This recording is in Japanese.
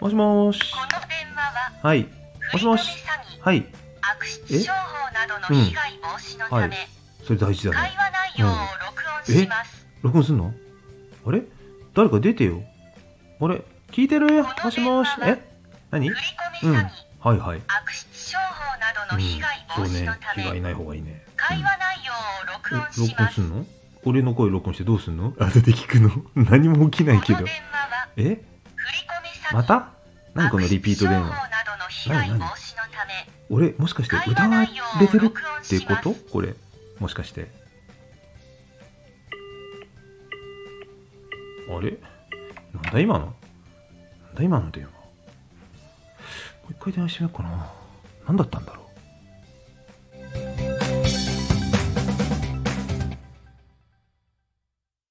もしもし。この電話ははい。振もりし込みもし詐欺、はい。悪質商法などの被害防止のため、それ大事だ会ね。話内容を録音します。録音すんのあれ誰か出てよ。あれ聞いてるもしもし。え何振うりん。込み詐欺、はいはい。悪質商法などうのん被害防そう止ねのた。め、被害ない方がいいね。会うん話内容を録音えし録音ますす。んの俺の声録音してどうすんの後で聞くの 何も起きないけどこの。電話はえ振り込み詐欺、また何このリピート電悪質話。商法などの被害防止のため、俺、もしかして会疑話わ内容れてをる録音ってしこます。とこれもしかしてあれなんだ今のなんだ今の電話もう一回電話してみようかな何だったんだろ